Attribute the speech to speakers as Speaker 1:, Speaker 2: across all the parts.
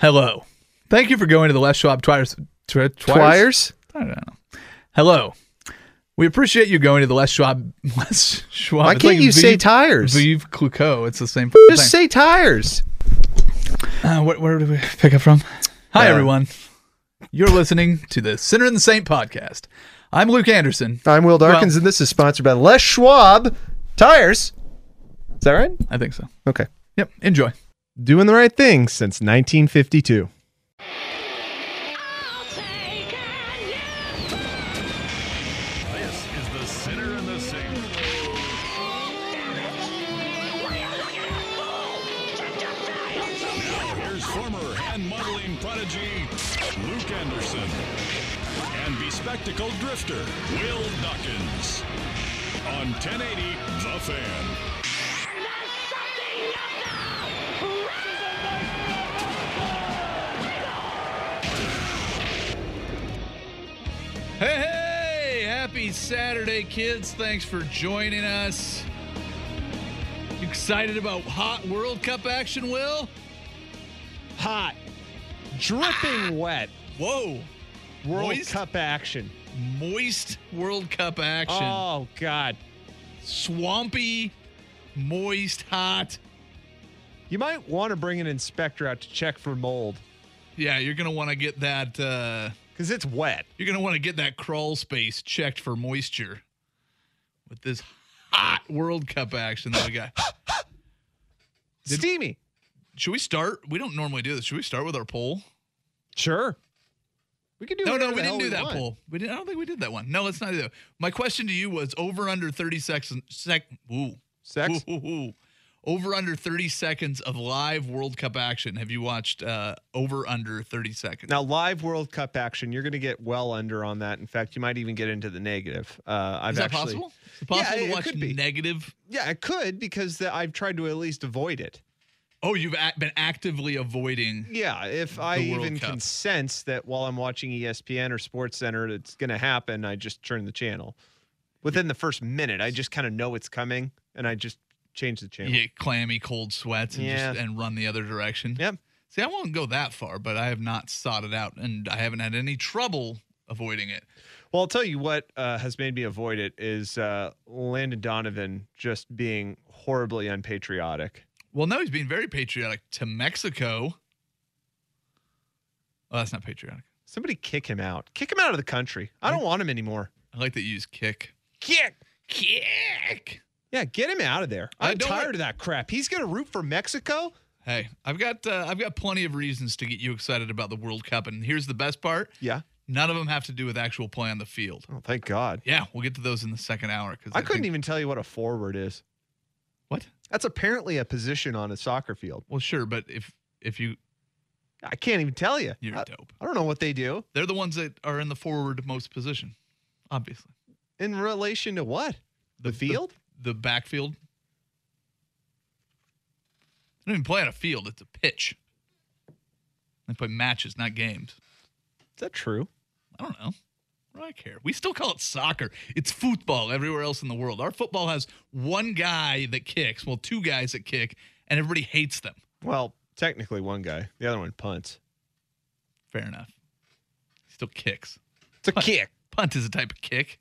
Speaker 1: Hello. Thank you for going to the Les Schwab Twires. Twi-
Speaker 2: Twires?
Speaker 1: Twires? I don't know. Hello. We appreciate you going to the Les Schwab. Les Schwab.
Speaker 2: Why
Speaker 1: Oh, It's
Speaker 2: can't
Speaker 1: like
Speaker 2: you say
Speaker 1: Vive-
Speaker 2: tires?
Speaker 1: Vive Clicquot. It's the same
Speaker 2: Just
Speaker 1: thing.
Speaker 2: say tires.
Speaker 1: uh, what, where did we pick up from? Hi,
Speaker 2: Uh,
Speaker 1: everyone. You're listening to the Sinner and the Saint podcast. I'm Luke Anderson.
Speaker 2: I'm Will
Speaker 1: Well-
Speaker 2: Darkins, and this is sponsored by Les Schwab Tires. Is that right?
Speaker 1: I think so.
Speaker 2: Okay.
Speaker 1: Yep. Enjoy.
Speaker 2: Doing the right thing since 1952.
Speaker 3: This is the sinner and the saint. Now here's former hand modeling prodigy Luke Anderson and bespectacled drifter Will Dawkins on 1080 The Fan.
Speaker 1: Hey, hey! Happy Saturday, kids. Thanks for joining us. You excited about hot World Cup action, Will?
Speaker 4: hot, dripping wet
Speaker 1: Whoa.
Speaker 4: World
Speaker 1: Moist?
Speaker 4: Cup action.
Speaker 1: Moist World Cup action.
Speaker 4: Oh God!
Speaker 1: Swampy, moist, hot.
Speaker 4: You might want to bring an inspector out to check for mold
Speaker 1: Yeah, you're going to want to get that uh
Speaker 4: because it's wet.
Speaker 1: you're going to want to get that crawl space checked for moisture with this hot World Cup action that we got.
Speaker 4: Steamy.
Speaker 1: Should we start? We don't normally do this. Should we start with our poll?
Speaker 4: Sure. We can do.
Speaker 1: No, no,
Speaker 4: whatever
Speaker 1: we
Speaker 4: the hell
Speaker 1: didn't do that
Speaker 4: want.
Speaker 1: poll. We didn't. I don't think we did that one. No, let's not do that. My question to you was over under thirty seconds. Sec. Ooh.
Speaker 4: Sex.
Speaker 1: Ooh, ooh, ooh. Over under thirty seconds of live World Cup action. Have you watched uh, over under thirty seconds?
Speaker 4: Now, live World Cup action. You're going to get well under on that. In fact, you might even get into the negative. Uh, I've
Speaker 1: Is that
Speaker 4: actually,
Speaker 1: possible? Is it possible
Speaker 4: Yeah,
Speaker 1: to
Speaker 4: it
Speaker 1: watch
Speaker 4: could be.
Speaker 1: negative?
Speaker 4: Yeah, it could because the, I've tried to at least avoid it.
Speaker 1: Oh, you've a- been actively avoiding.
Speaker 4: Yeah, if I
Speaker 1: World
Speaker 4: even
Speaker 1: Cup.
Speaker 4: can sense that while I'm watching E ESPN or Sports Center, it's going to happen, I just turn the channel. Within the first minute, I just kind of know it's coming, and I just change the channel.
Speaker 1: You get clammy cold sweats and just
Speaker 4: Yeah.
Speaker 1: and run the other direction.
Speaker 4: Yep.
Speaker 1: See, I won't go that far, but I have not sought it out, and I haven't had any trouble avoiding it.
Speaker 4: Well, I'll tell you what uh, has made me avoid it is uh, Landon Donovan just being horribly unpatriotic.
Speaker 1: Well, no, he's being very patriotic to Mexico. Oh, that's not patriotic.
Speaker 4: Somebody kick him out. Kick him out of the country. I don't want him anymore.
Speaker 1: I like that you use kick.
Speaker 4: Kick.
Speaker 1: Kick.
Speaker 4: Yeah, get him out of there.
Speaker 1: I
Speaker 4: I'm
Speaker 1: don't
Speaker 4: tired
Speaker 1: want-
Speaker 4: of that crap. He's going to root for Mexico.
Speaker 1: Hey, I've got uh, I've got plenty of reasons to get you excited about the World Cup, and here's the best part:
Speaker 4: Yeah.
Speaker 1: none of them have to do with actual play on the field.
Speaker 4: Oh, thank God.
Speaker 1: Yeah, we'll get to those in the second hour. Because
Speaker 4: I couldn't even tell you what a forward is.
Speaker 1: What?
Speaker 4: That's apparently a position on a soccer field.
Speaker 1: Well, sure, but if if you
Speaker 4: I can't even tell you.
Speaker 1: you're
Speaker 4: I,
Speaker 1: dope,
Speaker 4: I don't know what they do
Speaker 1: they're the ones that are in the forward most position, obviously.
Speaker 4: in relation to what? The, field?
Speaker 1: the backfield. They don't even play on a field, it's a pitch. They play matches, not games.
Speaker 4: Is that true?
Speaker 1: I don't know. What do I care? We still call it soccer. It's football everywhere else in the world. Our football has one guy that kicks, well, two guys that kick, and everybody hates them.
Speaker 4: Well, technically one guy. The other one punts.
Speaker 1: Fair enough. Still kicks.
Speaker 4: It's a
Speaker 1: Punt.
Speaker 4: kick.
Speaker 1: Punt is a type of kick.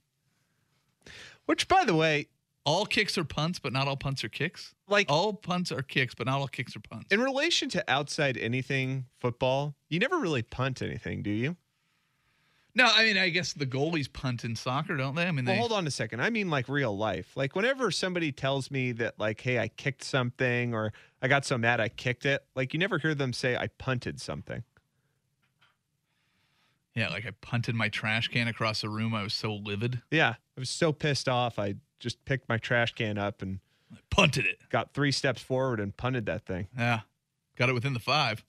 Speaker 4: Which by the way,
Speaker 1: All kicks are punts, but not all punts are kicks.
Speaker 4: like
Speaker 1: All punts are kicks, but not all kicks are punts.
Speaker 4: in relation to outside anything football, you never really punt anything, do you?
Speaker 1: No, I mean, I guess the goalies punt in soccer, don't they? I mean, they,
Speaker 4: Well, hold on a second. I mean like real life. Like whenever somebody tells me that like, hey, I kicked something or I got so mad I kicked it, like you never hear them say I punted something.
Speaker 1: Yeah, like I punted my trash can across the room. I was so livid.
Speaker 4: Yeah, I was so pissed off. I just picked my trash can up and
Speaker 1: I punted it.
Speaker 4: got three steps forward and punted that thing.
Speaker 1: Yeah. Got it within the five.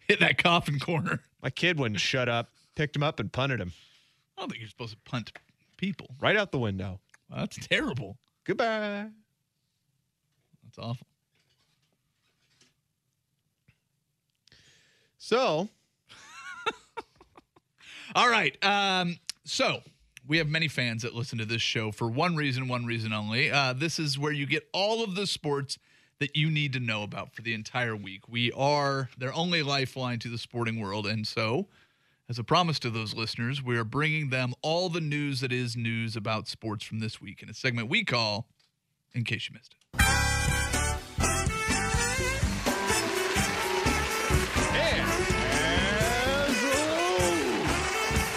Speaker 1: hit that coffin corner.
Speaker 4: My kid wouldn't shut up. Picked him up and punted him
Speaker 1: I don't think you're supposed to punt people.
Speaker 4: right out the window.
Speaker 1: Wow, that's terrible.
Speaker 4: Goodbye.
Speaker 1: That's awful.
Speaker 4: So
Speaker 1: All right. Um, so we have many fans that listen to this show for one reason, one reason only. Uh, this is where you get all of the sports that you need to know about for the entire week. We are their only lifeline to the sporting world. And so, as a promise to those listeners, we are bringing them all the news that is news about sports from this week in a segment we call In Case You Missed It.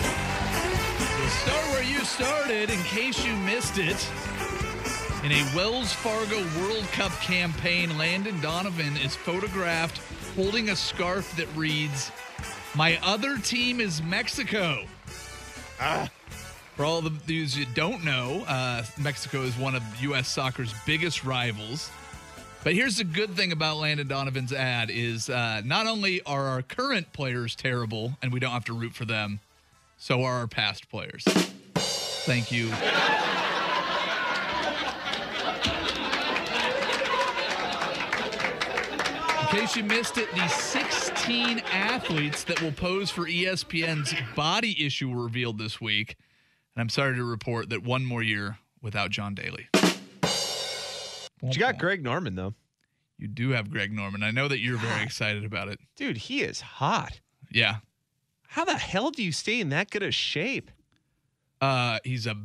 Speaker 1: We'll start where you started in case you missed it. In a Wells Fargo World Cup campaign, Landon Donovan is photographed holding a scarf that reads, My other team is Mexico. Ah, For all the dudes you don't know, uh, Mexico is one of U.S. soccer's biggest rivals. But here's the good thing about Landon Donovan's ad is uh, not only are our current players terrible and we don't have to root for them, so are our past players. Thank you. In case you missed it, the 16 athletes that will pose for E ESPN's body issue were revealed this week. And I'm sorry to report that one more year without John Daly.
Speaker 4: you got Greg Norman though,
Speaker 1: You do have Greg Norman. I know that you're very excited about it.
Speaker 4: dude. He is hot.
Speaker 1: Yeah.
Speaker 4: How the hell do you stay in that good of shape?
Speaker 1: Uh, he's a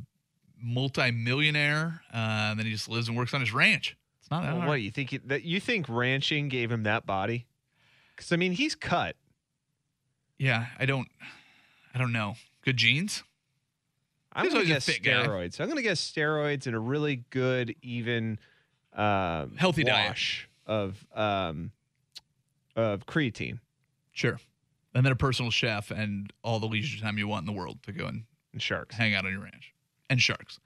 Speaker 1: multimillionaire. Uh, and then he just lives and works on his ranch. It's not that
Speaker 4: Well,
Speaker 1: hard.
Speaker 4: what you think he- that you think ranching gave him that body? Because I mean, he's cut.
Speaker 1: Yeah, I don't. I don't know. Good genes.
Speaker 4: I'm
Speaker 1: He's
Speaker 4: gonna
Speaker 1: always
Speaker 4: guess
Speaker 1: a fit guy.
Speaker 4: steroids. I'm gonna guess steroids and a really good, even, um,
Speaker 1: Healthy diet.
Speaker 4: wash of um, of creatine
Speaker 1: Sure. And then a personal chef and all the leisure time you want in the world to go and
Speaker 4: and sharks.
Speaker 1: hang out on your ranch. And sharks.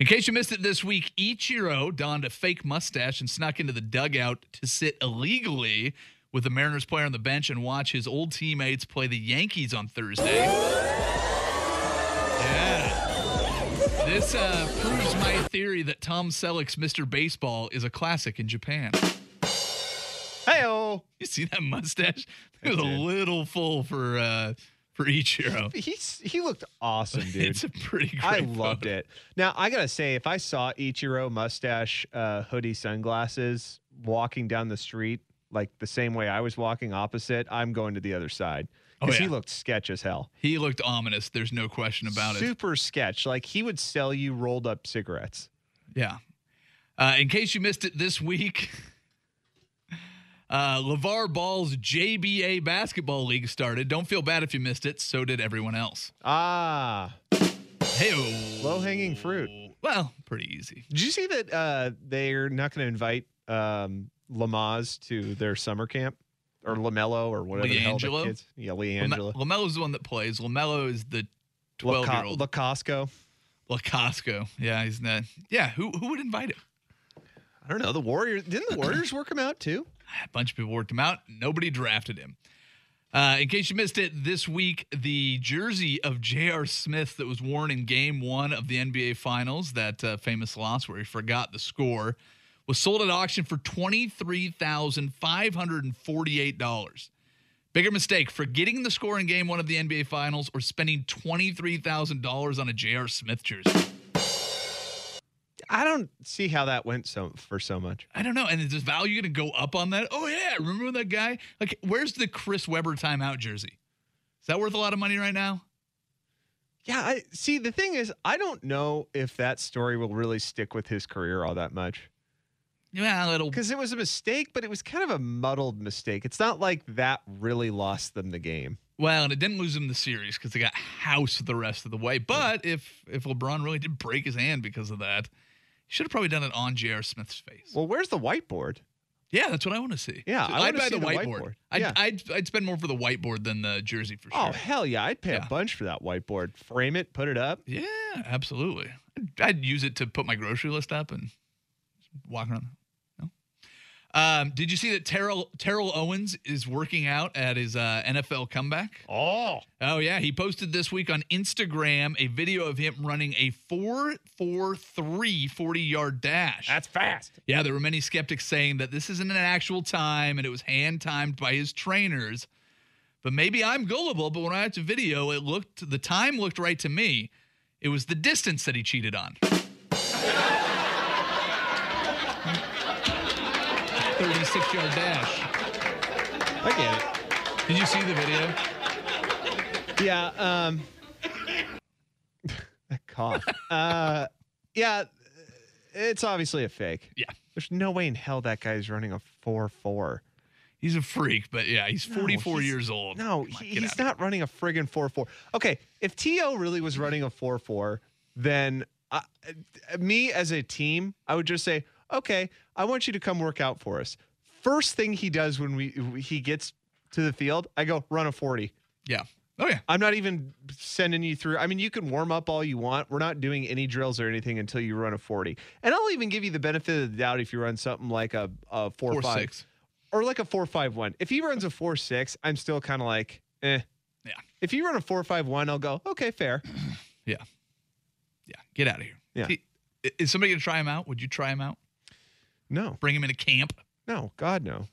Speaker 1: In case you missed it this week, Ichiro donned a fake mustache and snuck into the dugout to sit illegally with the Mariners player on the bench and watch his old teammates play the Yankees on Thursday. Yeah. This uh, proves my theory that Tom Selleck's Mr. Baseball is a classic in Japan.
Speaker 4: Hey,
Speaker 1: You see that mustache? It was a
Speaker 4: did.
Speaker 1: little full for uh for Ichiro.
Speaker 4: he's he looked awesome, dude.
Speaker 1: It's a pretty great
Speaker 4: I loved
Speaker 1: photo.
Speaker 4: it. Now I gotta say, if I saw Ichiro mustache, uh, hoodie, sunglasses walking down the street like the same way I was walking opposite, I'm going to the other side
Speaker 1: Oh,
Speaker 4: because he
Speaker 1: yeah.
Speaker 4: looked sketch as hell.
Speaker 1: He looked ominous. There's no question about it.
Speaker 4: Super sketch. Like he would sell you rolled up cigarettes.
Speaker 1: Yeah. Uh, in case you missed it this week, uh, LeVar Ball's JBA basketball league started. Don't feel bad if you missed it. So did everyone else.
Speaker 4: Ah,
Speaker 1: Hey, oh.
Speaker 4: low hanging fruit.
Speaker 1: Well, pretty easy.
Speaker 4: Did you see that uh, they're not going to invite um, Lamaze to their summer camp or Lamelo or whatever the hell
Speaker 1: LiAngelo?
Speaker 4: the kids? Yeah,
Speaker 1: Lame-
Speaker 4: Leangelo.
Speaker 1: Lamelo's the one that plays. Lamelo is the 12 year old.
Speaker 4: Lacosco.
Speaker 1: Lacosco. Yeah, he's not. Yeah, who who would invite him?
Speaker 4: I don't know. The Warriors didn't the Warriors work him out too?
Speaker 1: A bunch of people worked him out. Nobody drafted him. Uh, in case you missed it, this week, the jersey of J.R. Smith that was worn in game one of the NBA Finals, that uh, famous loss where he forgot the score, was sold at auction for $23,548. Bigger mistake, forgetting the score in game one of the NBA Finals or spending $23,000 on a J.R. Smith jersey.
Speaker 4: I don't see how that went so for so much.
Speaker 1: I don't know. And is this value going to go up on that? Oh, yeah. Remember when that guy? Like, where's the Chris Webber timeout jersey? Is that worth a lot of money right now?
Speaker 4: Yeah, I see the thing is I don't know if that story will really stick with his career all that much.
Speaker 1: Yeah, it'll.
Speaker 4: Because it was a mistake, but it was kind of a muddled mistake. It's not like that really lost them the game.
Speaker 1: Well, and it didn't lose him the series because they got housed the rest of the way. But if if LeBron really did break his hand because of that, he should have probably done it on J.R. Smith's face.
Speaker 4: Well, where's the whiteboard?
Speaker 1: yeah, that's what I want to see.
Speaker 4: Yeah,
Speaker 1: So
Speaker 4: I
Speaker 1: I'd
Speaker 4: wanna
Speaker 1: buy
Speaker 4: see
Speaker 1: the
Speaker 4: the
Speaker 1: whiteboard.
Speaker 4: whiteboard.
Speaker 1: I'd,
Speaker 4: Yeah.
Speaker 1: I'd I'd spend more for the whiteboard than the jersey for sure.
Speaker 4: Oh hell yeah, I'd pay
Speaker 1: Yeah.
Speaker 4: a bunch for that whiteboard. Frame it, put it up.
Speaker 1: Yeah, absolutely. I'd, I'd use it to put my grocery list up and walk around. No. Um, did you see that Terrell Terrell Owens is working out at his uh, NFL comeback?
Speaker 4: Oh,
Speaker 1: Oh yeah, he posted this week on Instagram a video of him running a 4-4-3 40-yard dash.
Speaker 4: that's fast.
Speaker 1: yeah, there were many skeptics saying that this isn't an actual time and it was hand timed by his trainers. But maybe I'm gullible, but when I watched the video, it looked the time looked right to me. It was the distance that he cheated on. 36 yard dash.
Speaker 4: I get
Speaker 1: Did you see the video?
Speaker 4: it. Yeah. Um, that cough. Uh, yeah, it's obviously a fake.
Speaker 1: Yeah.
Speaker 4: There's no way in hell that guy's running a four four.
Speaker 1: He's a freak, but yeah, he's 44
Speaker 4: he's-
Speaker 1: years old.
Speaker 4: No,
Speaker 1: Come on,
Speaker 4: he-
Speaker 1: get
Speaker 4: he's
Speaker 1: out of
Speaker 4: not running a friggin' four four. Okay, if To really was running a four four, then I, me as a team, I would just say, okay, I want you to come work out for us. First thing he does when we he gets to the field, I go run a forty.
Speaker 1: here. Yeah. Oh yeah.
Speaker 4: I'm not even sending you through. I mean, you can warm up all you want. We're not doing any drills or anything until you run a 40. And I'll even give you the benefit of the doubt if you run something like a, a 4
Speaker 1: Four
Speaker 4: 5
Speaker 1: six.
Speaker 4: or like a 4 5 1. If he runs a 4 6, I'm still kind of like, eh.
Speaker 1: Yeah.
Speaker 4: If you run a 4 5 1, I'll go, okay, fair.
Speaker 1: Yeah. Get out of here.
Speaker 4: Yeah.
Speaker 1: He- i- is somebody gonna try him out? Would you try him out?
Speaker 4: No,
Speaker 1: Bring him into camp.
Speaker 4: no, God, no.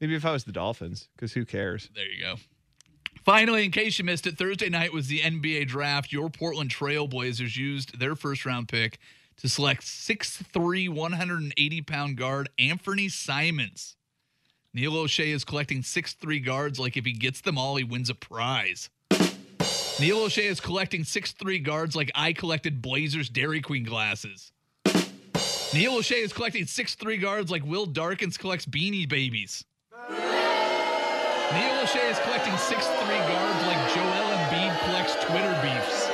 Speaker 4: Maybe if I was the Dolphins, because who cares?
Speaker 1: There you go. Finally, in case you missed it, Thursday night was the NBA draft. Your Portland Trailblazers used their first round pick to select 6'3, 180 pound guard Anthony Simons. Neil O'Shea is collecting 6'3 guards like if he gets them all, he wins a prize. Neil O'Shea is collecting 6'3 guards like I collected Blazers Dairy Queen glasses. Neil O'Shea is collecting 6'3 guards like Will Darkins collects beanie babies. Neil O'Shea is collecting 6'3 guards like Joel Embiid collects Twitter beefs.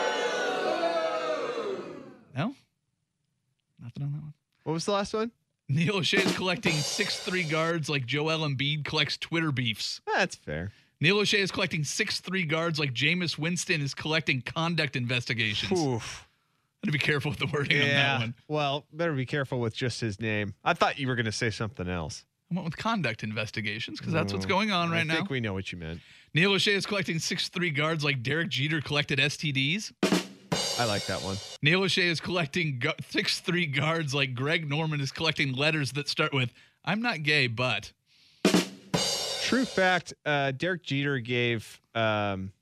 Speaker 1: No? Nothing on that one.
Speaker 4: What was the last one?
Speaker 1: Neil O'Shea is collecting 6'3 guards like Joel Embiid collects Twitter beefs.
Speaker 4: That's fair.
Speaker 1: Neil O'Shea is collecting 6'3 guards like Jameis Winston is collecting conduct investigations. I
Speaker 4: Oof.
Speaker 1: gotta be careful with the wording on that
Speaker 4: Yeah.
Speaker 1: one.
Speaker 4: Well, better be careful with just his name. I thought you were going to say something else.
Speaker 1: I went with conduct investigations because that's what's
Speaker 4: Oh,
Speaker 1: going on
Speaker 4: I
Speaker 1: right now.
Speaker 4: think we know what you meant.
Speaker 1: Neil O'Shea is collecting 6'3 guards like Derek Jeter collected STDs.
Speaker 4: I like that one.
Speaker 1: Neil O'Shea is collecting gu- six three guards like Greg Norman is collecting letters that start with "I'm not gay, but."
Speaker 4: True fact, uh, Derek Jeter gave, um,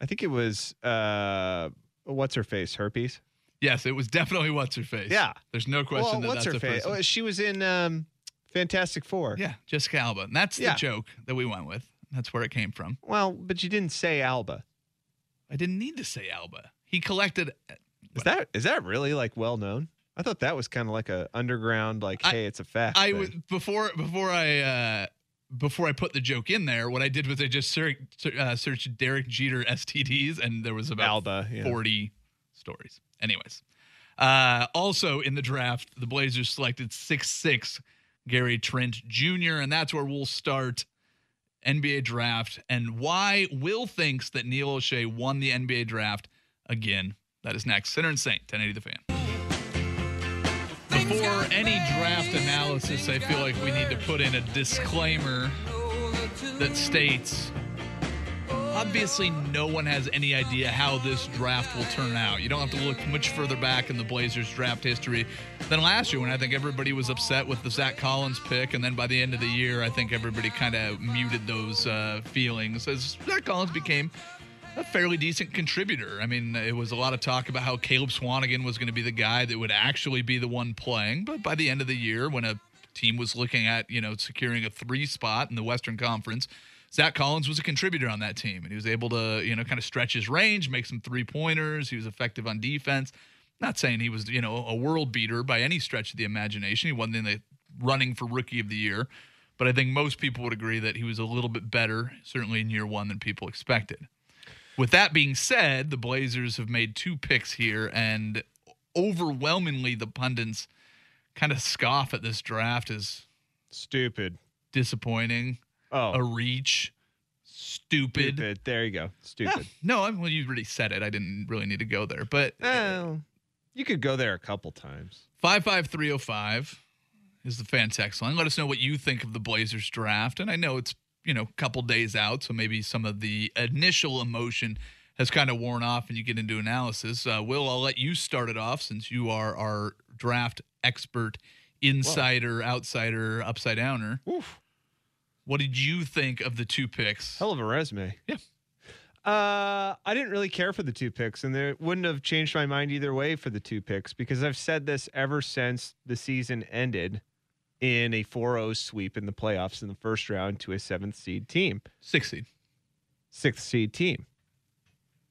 Speaker 4: I think it was, uh, what's her face? Herpes?
Speaker 1: Yes, it was definitely what's her face.
Speaker 4: Yeah.
Speaker 1: there's no question that
Speaker 4: what's
Speaker 1: that's
Speaker 4: her
Speaker 1: a
Speaker 4: face?
Speaker 1: person.
Speaker 4: Oh, she was in um, Fantastic Four.
Speaker 1: yeah, Jessica Alba. And that's
Speaker 4: Yeah.
Speaker 1: the joke that we went with. That's where it came from.
Speaker 4: Well, but you didn't say Alba.
Speaker 1: I didn't need to say Alba. He collected.
Speaker 4: Is that is that really like well known? I thought that was kind of like a underground, like,
Speaker 1: I-
Speaker 4: hey, it's a fact.
Speaker 1: I
Speaker 4: thing.
Speaker 1: was before before I uh, before I put the joke in there. What I did was I just ser- ser- uh, searched Derek Jeter STDs, and there was about
Speaker 4: Alba. Yeah.
Speaker 1: 40 stories. Anyways, uh, also in the draft, the Blazers selected six six Gary Trent Jr., and that's where we'll start NBA draft and why Will thinks that Neil O'Shea won the NBA draft again. That is next. Center and Saint, 1080 the fan. Before any draft analysis, I feel like we need to put in a disclaimer that states Obviously, no one has any idea how this draft will turn out. You don't have to look much further back in the Blazers draft history than last year when I think everybody was upset with the Zach Collins pick. And then by the end of the year, I think everybody kind of muted those uh, feelings as Zach Collins became a fairly decent contributor. I mean, it was a lot of talk about how Caleb Swanigan was going to be the guy that would actually be the one playing. But by the end of the year, when a team was looking at, you know, securing a three spot in the Western Conference, Zach Collins was a contributor on that team. And he was able to, you know, kind of stretch his range, make some three pointers. He was effective on defense. Not saying he was, you know, a world beater by any stretch of the imagination. He wasn't in the running for rookie of the year. But I think most people would agree that he was a little bit better, certainly in year one, than people expected. With that being said, the Blazers have made two picks here, and overwhelmingly, the pundits kind of scoff at this draft as
Speaker 4: stupid.
Speaker 1: disappointing,
Speaker 4: Oh,
Speaker 1: a reach, stupid.
Speaker 4: stupid. There you go.
Speaker 1: Yeah,
Speaker 4: Stupid.
Speaker 1: no, I'm, well, you already said it. I didn't really need to go there, but
Speaker 4: Oh, you could go there a couple times.
Speaker 1: five five three zero five is the fan text line. Let us know what you think of the Blazers draft. And I know it's, you know, a couple days out, so maybe some of the initial emotion has kind of worn off and you get into analysis. Uh, Will, I'll let you start it off since you are our draft expert, insider, outsider, upside downer.
Speaker 4: Oof.
Speaker 1: What did you think of the two picks?
Speaker 4: Hell of a resume.
Speaker 1: Yeah.
Speaker 4: Uh, I didn't really care for the two picks, and there wouldn't have changed my mind either way for the two picks because I've said this ever since the season ended in a 4 0 sweep in the playoffs in the first round to a seventh seed team,
Speaker 1: Six seed.
Speaker 4: sixth seed team.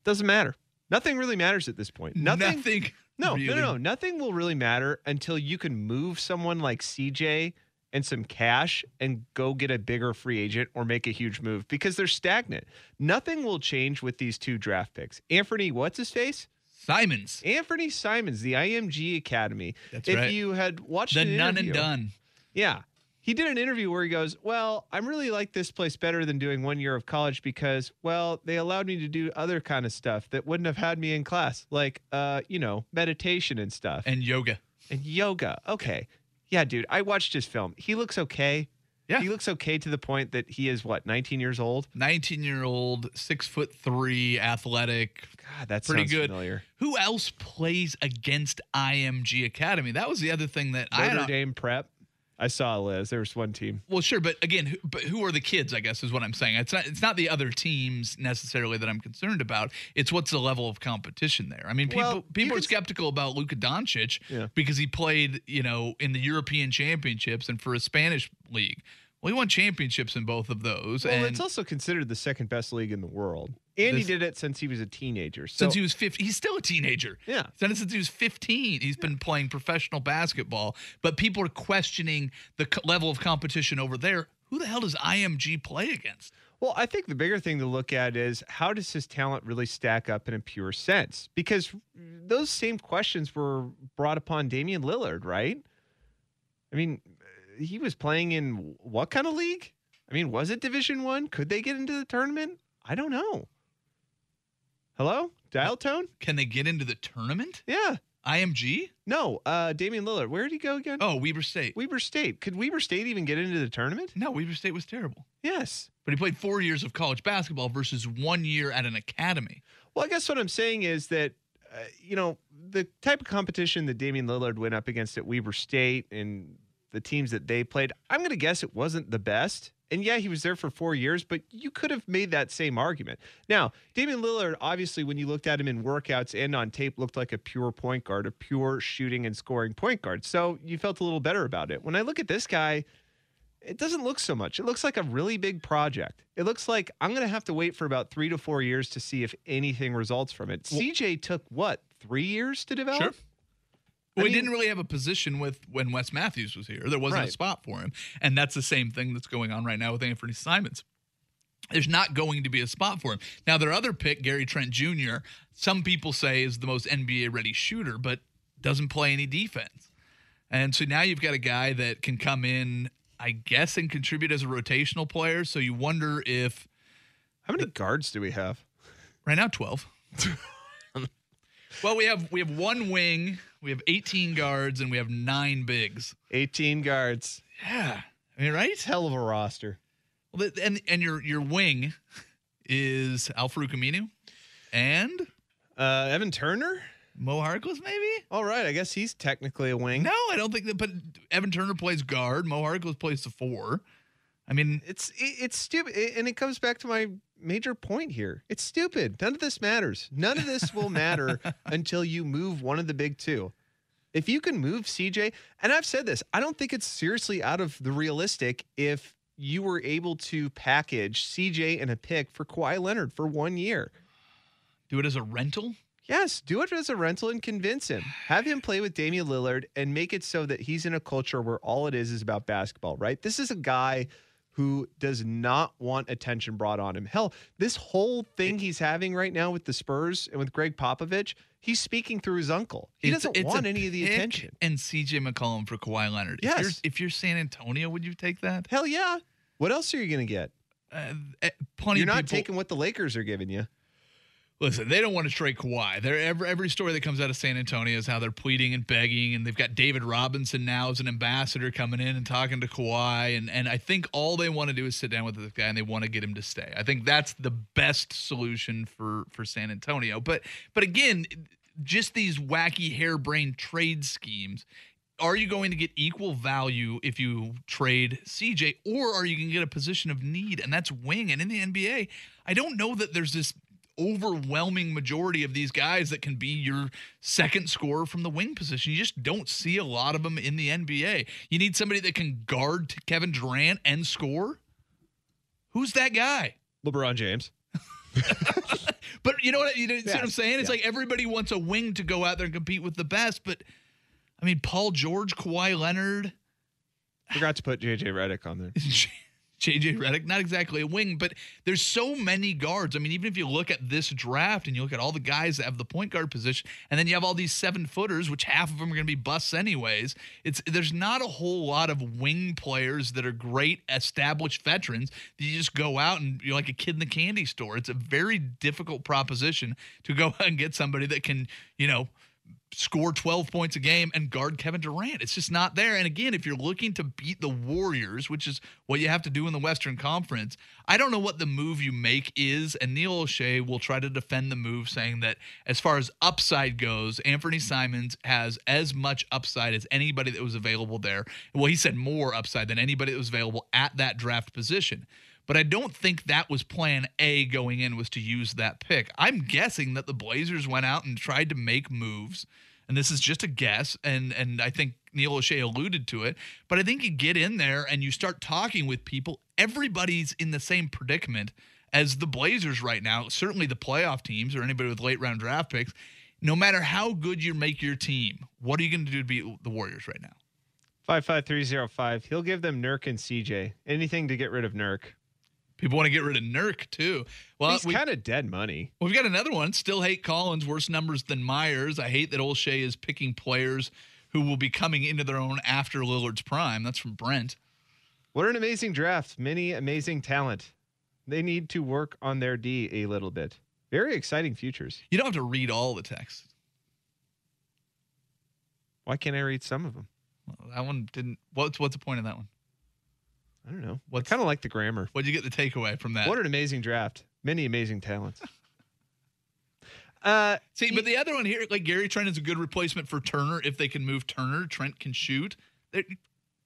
Speaker 4: Doesn't matter. Nothing really matters at this point. Nothing. no,
Speaker 1: really-
Speaker 4: no, no, no. Nothing will really matter until you can move someone like CJ and some cash and go get a bigger free agent or make a huge move because they're stagnant. Nothing will change with these two draft picks. Anthony, what's his face?
Speaker 1: Simons.
Speaker 4: Anthony Simons, the IMG Academy.
Speaker 1: That's
Speaker 4: if
Speaker 1: right.
Speaker 4: you had watched
Speaker 1: The
Speaker 4: an
Speaker 1: none and
Speaker 4: interview-
Speaker 1: done.
Speaker 4: yeah. He did an interview where he goes, Well, I really like this place better than doing one year of college because, well, they allowed me to do other kind of stuff that wouldn't have had me in class, like, uh, you know, meditation and stuff and,
Speaker 1: And yoga.
Speaker 4: yoga. Okay. Yeah, dude, I watched his film. He looks okay.
Speaker 1: Yeah.
Speaker 4: He looks okay to the point that he is what, 19 years old?
Speaker 1: 19 year old, six foot three, athletic.
Speaker 4: God, that's
Speaker 1: Pretty good.
Speaker 4: familiar.
Speaker 1: Who else plays against IMG Academy? That was the other thing that I
Speaker 4: Notre
Speaker 1: don't-
Speaker 4: Dame prep. I saw Liz. There was one team.
Speaker 1: Well, sure, but again, who, but who are the kids? I guess is what I'm saying. It's not it's not the other teams necessarily that I'm concerned about. It's what's the level of competition there. I mean, people
Speaker 4: Well, you
Speaker 1: people are
Speaker 4: could-
Speaker 1: skeptical about Luka Doncic
Speaker 4: Yeah.
Speaker 1: because he played, you know, in the European Championships and for a Spanish league. Well, he won championships in both of those,
Speaker 4: Well,
Speaker 1: and
Speaker 4: it's also considered the second best league in the world. And he
Speaker 1: This-
Speaker 4: did it since he was a teenager. So
Speaker 1: since he was 15 he's still a teenager
Speaker 4: Yeah.
Speaker 1: since since he was 15 he's been playing professional basketball but people are questioning the co- level of competition over there who the hell does img play against
Speaker 4: Well, I think the bigger thing to look at is how does his talent really stack up in a pure sense? Because those same questions were brought upon Damian Lillard, right? I mean, he was playing in what kind of league? I mean, was it Division One? Could they get into the tournament? I don't know. Hello, dial tone?
Speaker 1: can they get into the tournament
Speaker 4: Yeah,
Speaker 1: img
Speaker 4: no. Uh, Damian Lillard, where did he go again?
Speaker 1: oh weber state
Speaker 4: Weber State. Could Weber State even get into the tournament?
Speaker 1: no weber state was terrible
Speaker 4: Yes.
Speaker 1: but he played four years of college basketball versus one year at an academy
Speaker 4: Well, I guess what I'm saying is that, uh, you know, the type of competition that Damian Lillard went up against at Weber State and the teams that they played, I'm going to guess it wasn't the best. And yeah, he was there for four years, but you could have made that same argument. Now, Damian Lillard, obviously, when you looked at him in workouts and on tape, looked like a pure point guard, a pure shooting and scoring point guard. So you felt a little better about it. When I look at this guy, it doesn't look so much. It looks like a really big project. It looks like I'm going to have to wait for about three to four years to see if anything results from it. CJ took what, three years to develop?
Speaker 1: Sure.
Speaker 4: I
Speaker 1: we
Speaker 4: mean-
Speaker 1: didn't really have a position with when Wes Matthews was here. There wasn't
Speaker 4: Right.
Speaker 1: a spot for him. And that's the same thing that's going on right now with Anthony Simons. There's not going to be a spot for him. Now, their other pick, Gary Trent Jr., some people say is the most NBA ready shooter, but doesn't play any defense. And so now you've got a guy that can come in, I guess, and contribute as a rotational player. So you wonder if
Speaker 4: How many guards do we have?
Speaker 1: right now 12. well, we have we have one wing, we have 18 guards, and we have nine bigs.
Speaker 4: 18 guards.
Speaker 1: Yeah. I mean, right?
Speaker 4: Hell of a roster.
Speaker 1: Well, th- and and your your wing is Alfredo Camino and
Speaker 4: Uh, Evan Turner?
Speaker 1: Mo Harkless, maybe?
Speaker 4: All right. I guess he's technically a wing.
Speaker 1: No, I don't think that. But Evan Turner plays guard. Mo Harkless plays the four. I mean,
Speaker 4: It's it- it's stupid, It- and it comes back to my major point here. It's stupid. None of this matters. None of this will matter until you move one of the big two. If you can move CJ, and I've said this, I don't think it's seriously out of the realistic if you were able to package CJ and a pick for Kawhi Leonard for one year.
Speaker 1: do it as a rental.
Speaker 4: Yes, do it as a rental and convince him. Have him play with Damian Lillard and make it so that he's in a culture where all it is is about basketball, right? This is a guy who does not want attention brought on him. Hell, this whole thing he's having right now with the Spurs and with Greg Popovich, he's speaking through his uncle. He
Speaker 1: It's-
Speaker 4: doesn't
Speaker 1: it's a
Speaker 4: want any of the
Speaker 1: pick
Speaker 4: attention.
Speaker 1: And CJ McCollum for Kawhi Leonard. If you're,
Speaker 4: Yes.
Speaker 1: if you're San Antonio, would you take that?
Speaker 4: Hell yeah. What else are you going to get?
Speaker 1: Uh, eh, plenty
Speaker 4: You're
Speaker 1: of
Speaker 4: not
Speaker 1: people-
Speaker 4: taking what the Lakers are giving you.
Speaker 1: Listen, they don't want to trade Kawhi. They're, every, every story that comes out of San Antonio is how they're pleading and begging, and they've got David Robinson now as an ambassador coming in and talking to Kawhi. And, and I think all they want to do is sit down with this guy and they want to get him to stay. I think that's the best solution for, for San Antonio. But but again, just these wacky harebrained trade schemes. Are you going to get equal value if you trade CJ, or are you going to get a position of need? And that's wing. And in the NBA, I don't know that there's this overwhelming majority of these guys that can be your second scorer from the wing position. You just don't see a lot of them in the NBA. You need somebody that can guard Kevin Durant and score. Who's that guy?
Speaker 4: LeBron James.
Speaker 1: But you know what? You know, see what I'm
Speaker 4: Yes,
Speaker 1: saying? It's
Speaker 4: yeah.
Speaker 1: like everybody wants a wing to go out there and compete with the best, but I mean, Paul George, Kawhi Leonard,
Speaker 4: Forgot to put JJ Redick on there.
Speaker 1: JJ Redick, not exactly a wing, but there's so many guards. I mean, even if you look at this draft and you look at all the guys that have the point guard position, and then you have all these seven footers, which half of them are going to be busts anyways. It's there's not a whole lot of wing players that are great established veterans. that You just go out and you're like a kid in the candy store. It's a very difficult proposition to go out and get somebody that can, you know, score 12 points a game and guard Kevin Durant. It's just not there. And again, if you're looking to beat the Warriors, which is what you have to do in the Western Conference, I don't know what the move you make is. And Neil O'Shea will try to defend the move, saying that as far as upside goes, Anthony Simons has as much upside as anybody that was available there. Well, he said more upside than anybody that was available at that draft position. But I don't think that was plan A going in was to use that pick. I'm guessing that the Blazers went out and tried to make moves. And this is just a guess, and and I think Neil O'Shea alluded to it, but I think you get in there and you start talking with people. Everybody's in the same predicament as the Blazers right now. Certainly the playoff teams or anybody with late round draft picks. No matter how good you make your team, what are you going to do to beat the Warriors right now?
Speaker 4: Five five three zero five. He'll give them Nurk and CJ. Anything to get rid of Nurk.
Speaker 1: People want to get rid of Nurk too. Well,
Speaker 4: He's kind of dead money.
Speaker 1: We've got another one. Still hate Collins. Worse numbers than Myers. I hate that Olshay is picking players who will be coming into their own after Lillard's prime. That's from Brent.
Speaker 4: What an amazing draft. Many amazing talent. They need to work on their D a little bit. Very exciting futures.
Speaker 1: You don't have to read all the text.
Speaker 4: Why can't I read some of them?
Speaker 1: Well, that one didn't. What's what's the point of that one?
Speaker 4: I don't know.
Speaker 1: What's-
Speaker 4: What's kind of like the grammar.
Speaker 1: What'd you get the takeaway from that?
Speaker 4: What an amazing draft. Many amazing talents. uh
Speaker 1: See, but the other one here, like Gary Trent is a good replacement for Turner if they can move Turner. Trent can shoot. They're,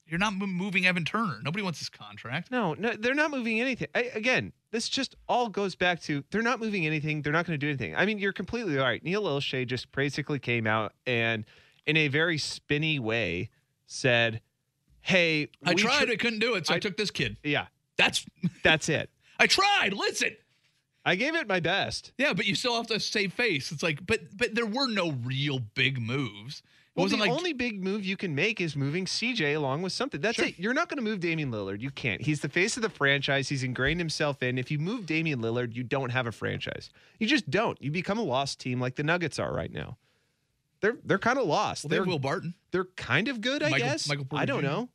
Speaker 1: you're not mo- moving Evan Turner. Nobody wants his contract.
Speaker 4: no, no, they're not moving anything. I, again, this just all goes back to they're not moving anything. They're not going to do anything. I mean, you're completely all right. Neil Ilshay just basically came out and, in a very spinny way, said, "Hey,
Speaker 1: I
Speaker 4: we
Speaker 1: tried.
Speaker 4: tr-
Speaker 1: I couldn't do it, so I,
Speaker 4: I-
Speaker 1: took this kid.
Speaker 4: yeah,
Speaker 1: That's.
Speaker 4: that's it.
Speaker 1: I tried. Listen.
Speaker 4: I gave it my best.
Speaker 1: Yeah, but you still have to save face. It's like, but but there were no real big moves. It
Speaker 4: Well, the
Speaker 1: wasn't like
Speaker 4: only big move you can make is moving CJ along with something. That's
Speaker 1: Sure.
Speaker 4: it. You're not going to move Damian Lillard. You can't. He's the face of the franchise. He's ingrained himself in. If you move Damian Lillard, you don't have a franchise. You just don't. You become a lost team like the Nuggets are right now. They're they're kind of lost.
Speaker 1: well, they
Speaker 4: they're
Speaker 1: had Will Barton.
Speaker 4: they're kind of good, I
Speaker 1: Michael-
Speaker 4: guess.
Speaker 1: Michael Porter
Speaker 4: I don't
Speaker 1: Jr..
Speaker 4: know.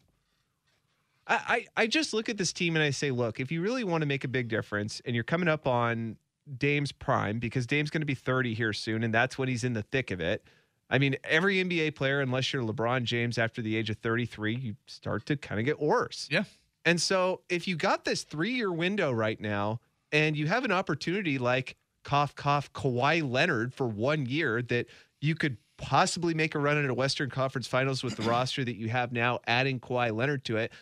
Speaker 4: I, I I just look at this team and I say, look, if you really want to make a big difference, and you're coming up on Dame's prime because Dame's going to be 30 here soon, and that's when he's in the thick of it. I mean, every NBA player, unless you're LeBron James after the age of 33, you start to kind of get worse.
Speaker 1: Yeah.
Speaker 4: And so if you got this three year window right now and you have an opportunity like cough, cough, Kawhi Leonard for one year that you could possibly make a run at a Western Conference finals with the roster that you have now, adding Kawhi Leonard to it,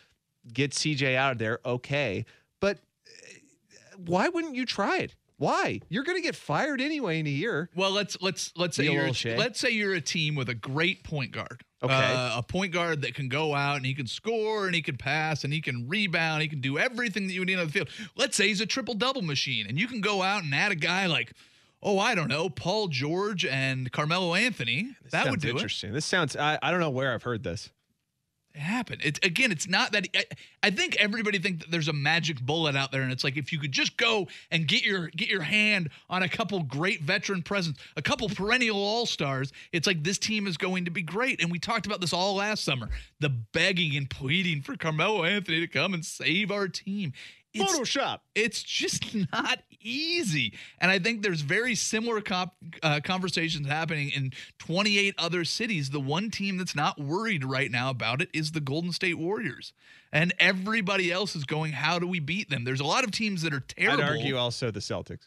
Speaker 4: get CJ out of there. Okay. But uh, why wouldn't you try it? Why? You're going to get fired anyway in a year.
Speaker 1: Well, let's let's let's say
Speaker 4: Neil
Speaker 1: you're
Speaker 4: Olshay.
Speaker 1: let's say you're a team with a great point guard.
Speaker 4: Okay.
Speaker 1: Uh, a point guard that can go out and he can score and he can pass and he can rebound. He can do everything that you need on the field. Let's say he's a triple double machine, and you can go out and add a guy like, oh, I don't know, Paul George and Carmelo Anthony. that would
Speaker 4: Sounds
Speaker 1: do it.
Speaker 4: interesting. This sounds, I, I don't know where I've heard this.
Speaker 1: happen. It's again, it's not that I, I think everybody think that there's a magic bullet out there, and it's like if you could just go and get your get your hand on a couple great veteran presence, a couple perennial all stars, it's like this team is going to be great. And we talked about this all last summer, the begging and pleading for Carmelo Anthony to come and save our team. It's,
Speaker 4: Photoshop.
Speaker 1: it's just not easy. And I think there's very similar comp, uh, conversations happening in 28 other cities. The one team that's not worried right now about it is the Golden State Warriors. And everybody else is going, how do we beat them? There's a lot of teams that are
Speaker 4: I'd
Speaker 1: terrible.
Speaker 4: argue also the Celtics.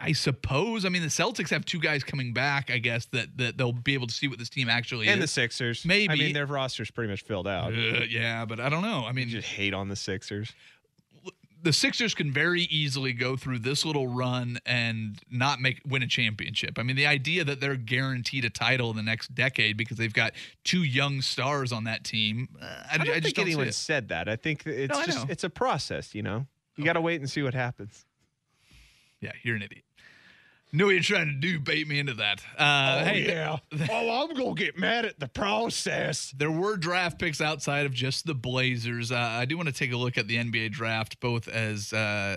Speaker 1: I suppose. I mean, the Celtics have two guys coming back, I guess, that, that they'll be able to see what this team actually
Speaker 4: And the
Speaker 1: is.
Speaker 4: Sixers. I
Speaker 1: Maybe.
Speaker 4: mean, their roster's pretty much filled out.
Speaker 1: Uh, yeah, but I don't know. I mean,
Speaker 4: You just hate on the Sixers.
Speaker 1: the Sixers can very easily go through this little run and not make win a championship. I mean, the idea that they're guaranteed a title in the next decade because they've got two young stars on that team, uh, I,
Speaker 4: I don't
Speaker 1: I just
Speaker 4: think
Speaker 1: don't see
Speaker 4: anyone
Speaker 1: it.
Speaker 4: said that. I think that it's
Speaker 1: No, I
Speaker 4: just
Speaker 1: know. Oh.
Speaker 4: it's a process, you know. You got to wait and see what happens.
Speaker 1: Yeah, you're an idiot. Know what you're trying to do? Bait me into that. Uh, hey, th-
Speaker 4: oh, I'm gonna get mad at the process.
Speaker 1: There were draft picks outside of just the Blazers. Uh, I do want to take a look at the NBA draft, both as uh,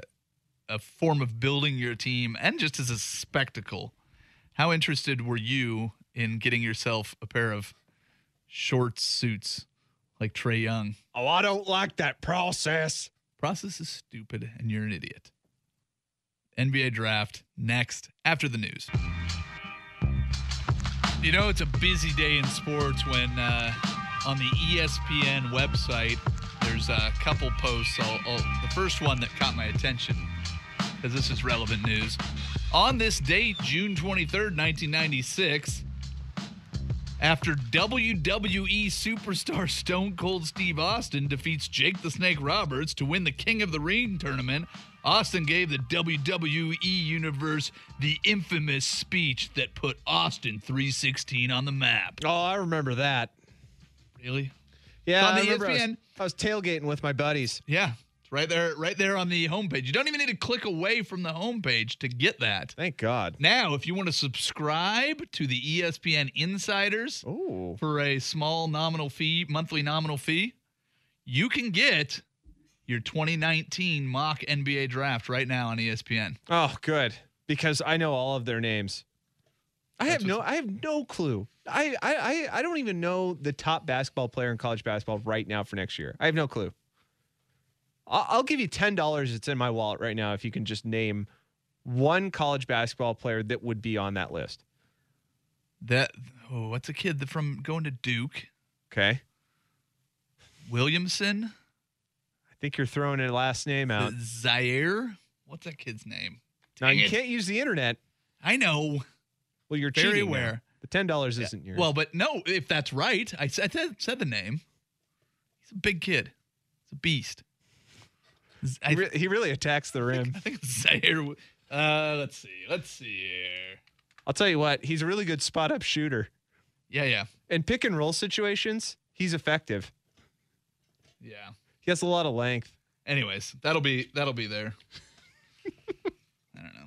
Speaker 1: a form of building your team and just as a spectacle. How interested were you in getting yourself a pair of short suits like Trey Young?
Speaker 4: Oh, I don't like that process.
Speaker 1: Process is stupid and you're an idiot. NBA draft next after the news. You know, it's a busy day in sports when uh, on the E ESPN website, there's a couple posts. I'll, I'll- the first one that caught my attention, because this is relevant news. On this date, June 23rd, 1996, after WWE superstar Stone Cold Steve Austin defeats Jake the Snake Roberts to win the King of the Ring tournament, Austin gave the WWE Universe the infamous speech that put Austin 316 on the map.
Speaker 4: Oh, I remember that.
Speaker 1: Really?
Speaker 4: Yeah,
Speaker 1: It's on
Speaker 4: I
Speaker 1: the
Speaker 4: remember I was-
Speaker 1: ESPN.
Speaker 4: I was tailgating with my buddies.
Speaker 1: Yeah. It's right there, right there on the homepage. You don't even need to click away from the homepage to get that.
Speaker 4: Thank God.
Speaker 1: Now, if you want to subscribe to the E ESPN Insiders,
Speaker 4: Ooh.
Speaker 1: for a small nominal fee, monthly nominal fee, you can get your 2019 mock NBA draft right now on E ESPN.
Speaker 4: Oh, good. Because I know all of their names. I have
Speaker 1: That's
Speaker 4: no I have no clue. I, I I I don't even know the top basketball player in college basketball right now for next year. I have no clue. I'll, I'll give you ten dollars. It's in my wallet right now. If you can just name one college basketball player that would be on that list.
Speaker 1: That oh, what's a kid that from going to Duke?
Speaker 4: Okay.
Speaker 1: Williamson, Uh,
Speaker 4: I think you're throwing a last name out.
Speaker 1: Zaire. What's that kid's name?
Speaker 4: Now you
Speaker 1: Dang it.
Speaker 4: can't use the internet.
Speaker 1: I know.
Speaker 4: Well, you're
Speaker 1: Very
Speaker 4: cheating. now.
Speaker 1: aware.
Speaker 4: The ten dollars isn't yours.
Speaker 1: Well, but no, if that's right, I said, I said- said the name. He's a big kid. He's a beast. Z- I,
Speaker 4: he, re- he really attacks the rim.
Speaker 1: I think it's Zaire. Wi- Uh, let's see. Let's see here.
Speaker 4: I'll tell you what. He's a really good spot up shooter.
Speaker 1: Yeah, yeah,
Speaker 4: in pick and roll situations, he's effective.
Speaker 1: yeah.
Speaker 4: He has a lot of length.
Speaker 1: Anyways, that'll be that'll be there. I don't know.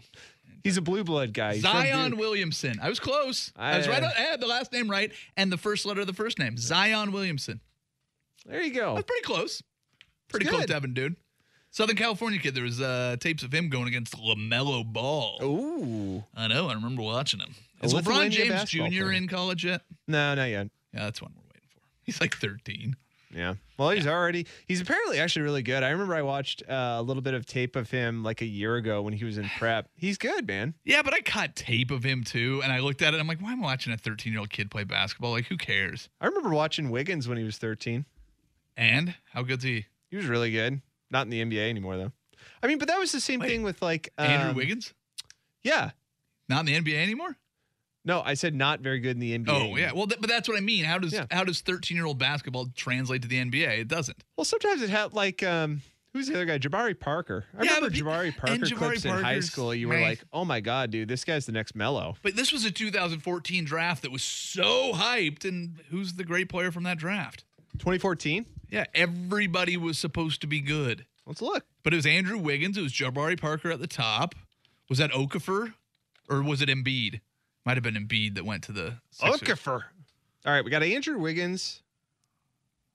Speaker 4: He's a blue blood guy. He's from
Speaker 1: Zion
Speaker 4: Duke.
Speaker 1: Williamson. I was close. I, was
Speaker 4: I-
Speaker 1: right. on- I had the last name right and the first letter of the first name. Zion Williamson.
Speaker 4: There you
Speaker 1: I
Speaker 4: go.
Speaker 1: was pretty close. Pretty
Speaker 4: It's
Speaker 1: close
Speaker 4: good.
Speaker 1: to having dude. Southern California kid. There was uh, tapes of him going against Lamelo Ball.
Speaker 4: Ooh.
Speaker 1: I know. I remember watching him.
Speaker 4: A
Speaker 1: Is LeBron
Speaker 4: Oh. Lithuania
Speaker 1: James Jr.
Speaker 4: basketball player.
Speaker 1: in college yet?
Speaker 4: No, not yet.
Speaker 1: Yeah, that's one we're waiting for. He's like 13.
Speaker 4: Yeah. Well, he's already. He's apparently actually really good. I remember I watched uh, a little bit of tape of him like a year ago when he was in prep. He's good, man.
Speaker 1: Yeah, but I caught tape of him too, and I looked at it. I'm like, why am I watching a 13 year old kid play basketball? Like, who cares?
Speaker 4: I remember watching Wiggins when he was 13.
Speaker 1: And how good's he?
Speaker 4: He was really good. Not in the NBA anymore though. I mean, but that was the same
Speaker 1: Wait.
Speaker 4: thing with like
Speaker 1: Andrew
Speaker 4: um,
Speaker 1: Wiggins?
Speaker 4: Yeah.
Speaker 1: Not in the NBA anymore?
Speaker 4: No, I said not very good in the NBA.
Speaker 1: Oh yeah. Well, th- but that's what I mean. How does
Speaker 4: Yeah.
Speaker 1: how does 13 year old basketball translate to the NBA? It doesn't.
Speaker 4: Well, sometimes it had like um who's the other guy? Jabari Parker. I
Speaker 1: Yeah,
Speaker 4: remember
Speaker 1: but pe-
Speaker 4: Jabari
Speaker 1: and
Speaker 4: Parker
Speaker 1: Jabari
Speaker 4: clips in high
Speaker 1: Parker's-
Speaker 4: school. You were
Speaker 1: meh.
Speaker 4: like, oh my god, dude, this guy's the next Mello.
Speaker 1: But this was a 2014 draft that was so hyped, and who's the great player from that draft?
Speaker 4: 2014.
Speaker 1: Yeah, everybody was supposed to be good,
Speaker 4: Let's look.
Speaker 1: but it was Andrew Wiggins. It was Jabari Parker at the top. Was that Okafor, or was it Embiid? Might have been Embiid that went to the Sixers.
Speaker 4: All right, we got Andrew Wiggins,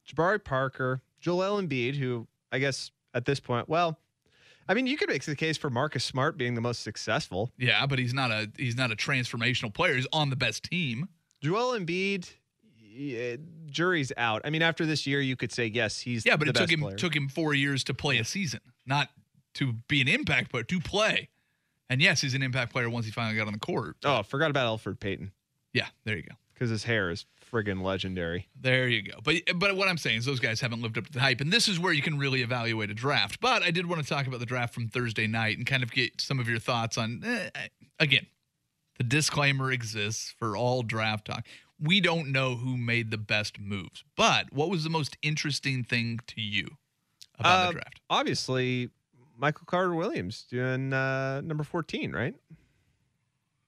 Speaker 4: Jabari Parker, Joel Embiid, who I guess at this point, well, I mean, you could make the case for Marcus Smart being the most successful.
Speaker 1: Yeah, but he's not a he's not a transformational player. He's on the best team.
Speaker 4: Joel Embiid, yeah, jury's out. I mean, after this year, you could say yes, he's
Speaker 1: Yeah, but
Speaker 4: the
Speaker 1: it took
Speaker 4: best
Speaker 1: him
Speaker 4: player.
Speaker 1: took him four years to play a season, not to be an impact player, to play. And yes, he's an impact player once he finally got on the court.
Speaker 4: Oh, forgot about Alfred Payton
Speaker 1: Yeah, there you go.
Speaker 4: because his hair is friggin' legendary.
Speaker 1: There you go. But but what I'm saying is those guys haven't lived up to the hype, and this is where you can really evaluate a draft. But I did want to talk about the draft from Thursday night and kind of get some of your thoughts on. Eh, again, the disclaimer exists for all draft talk. We don't know who made the best moves, but what was the most interesting thing to you about
Speaker 4: Uh,
Speaker 1: the draft?
Speaker 4: Obviously, Michael Carter Williams doing uh, number 14, right?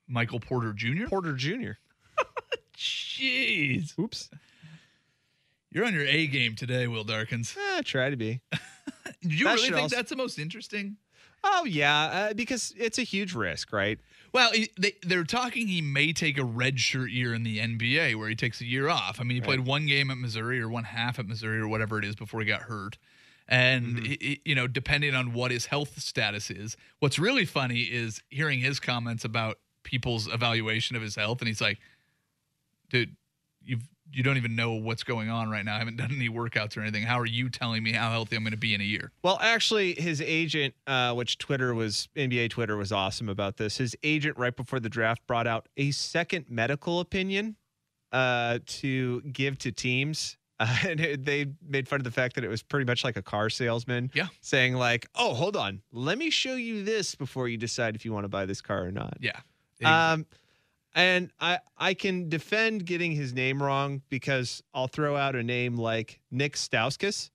Speaker 1: Michael Porter Jr.
Speaker 4: Porter Jr.
Speaker 1: Jeez,
Speaker 4: Oops.
Speaker 1: you're on your A game today, Will Darkins.
Speaker 4: Eh, try to be.
Speaker 1: Do you
Speaker 4: That
Speaker 1: really
Speaker 4: should
Speaker 1: think
Speaker 4: also-
Speaker 1: that's the most interesting?
Speaker 4: Oh, yeah, uh, because it's a huge risk, right?
Speaker 1: Well, he- they, they're talking he may take a redshirt year in the NBA where he takes a year off. I mean, he played one game at Missouri or one half at Missouri or whatever it is before he got hurt. And, he- he- you know, depending on what his health status is, what's really funny is hearing his comments about people's evaluation of his health. And he's like, dude, you've. You don't even know what's going on right now. I haven't done any workouts or anything. How are you telling me how healthy I'm going to be in a year?
Speaker 4: Well, actually, his agent, uh, which Twitter was NBA Twitter was awesome about this. His agent, right before the draft, brought out a second medical opinion uh, to give to teams, uh, and it- they made fun of the fact that it was pretty much like a car salesman,
Speaker 1: Yeah.
Speaker 4: saying like, "Oh, hold on, let me show you this before you decide if you want to buy this car or not."
Speaker 1: Yeah.
Speaker 4: Um, and I I can defend getting his name wrong because I'll throw out a name like Nick Stauskas.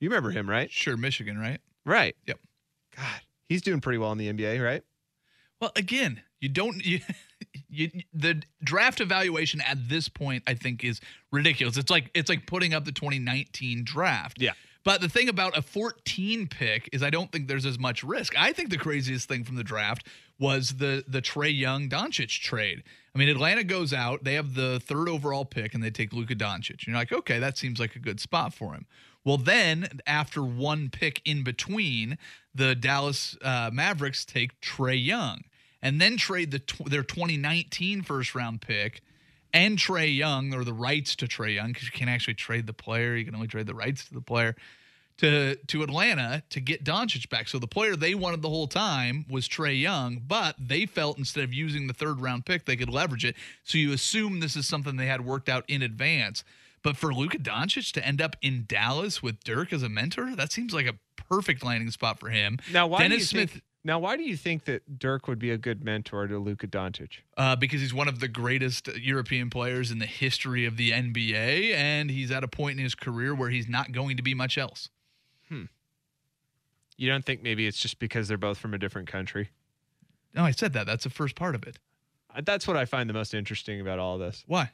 Speaker 4: You remember him, right?
Speaker 1: sure, Michigan, right?
Speaker 4: Right.
Speaker 1: Yep.
Speaker 4: God, he's doing pretty well in the NBA, right?
Speaker 1: Well, again, you don't you, you the draft evaluation at this point I think is ridiculous. It's like it's like putting up the 2019 draft.
Speaker 4: Yeah.
Speaker 1: But the thing about a 14 pick is I don't think there's as much risk. I think the craziest thing from the draft was the the Trey Young Doncic trade. I mean, Atlanta goes out, they have the third overall pick and they take Luka Doncic. You're like, "Okay, that seems like a good spot for him." Well, then after one pick in between, the Dallas uh, Mavericks take Trey Young and then trade the tw- their 2019 first round pick and Trey Young or the rights to Trey Young because you can't actually trade the player. You can only trade the rights to the player to to Atlanta to get Doncic back. So the player they wanted the whole time was Trey Young, but they felt instead of using the third round pick, they could leverage it. So you assume this is something they had worked out in advance. But for Luka Doncic to end up in Dallas with Dirk as a mentor, that seems like a perfect landing spot for him.
Speaker 4: Now, why
Speaker 1: Dennis
Speaker 4: do you
Speaker 1: Smith
Speaker 4: think? Now, why do you think that Dirk would be a good mentor to Luka Doncic?
Speaker 1: uh, because he's one of the greatest European players in the history of the NBA, and he's at a point in his career where he's not going to be much else.
Speaker 4: You don't think maybe it's just because they're both from a different country?
Speaker 1: No, I said that. That's the first part of it.
Speaker 4: Uh, That's what I find the most interesting about all this,
Speaker 1: Why?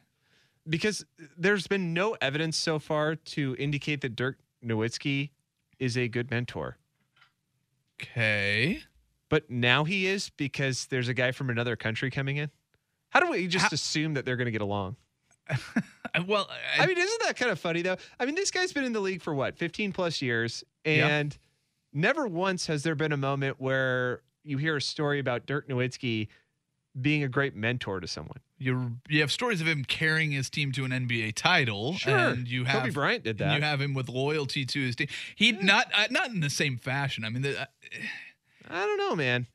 Speaker 4: because there's been no evidence so far to indicate that Dirk Nowitzki is a good mentor.
Speaker 1: Okay.
Speaker 4: But now he is because there's a guy from another country coming in. How do we just
Speaker 1: How-
Speaker 4: assume that they're going to get along?
Speaker 1: Uh, Well, I,
Speaker 4: I mean, isn't that kind of funny though? I mean, this guy's been in the league for what, 15 plus years,
Speaker 1: Yeah.
Speaker 4: and never once has there been a moment where you hear a story about Dirk Nowitzki being a great mentor to someone.
Speaker 1: you're, you have stories of him carrying his team to an NBA title, and you have
Speaker 4: Kobe Bryant did
Speaker 1: and
Speaker 4: that.
Speaker 1: you have him with loyalty to his team. He not uh, not in the same fashion. I mean, the,
Speaker 4: I don't know, man.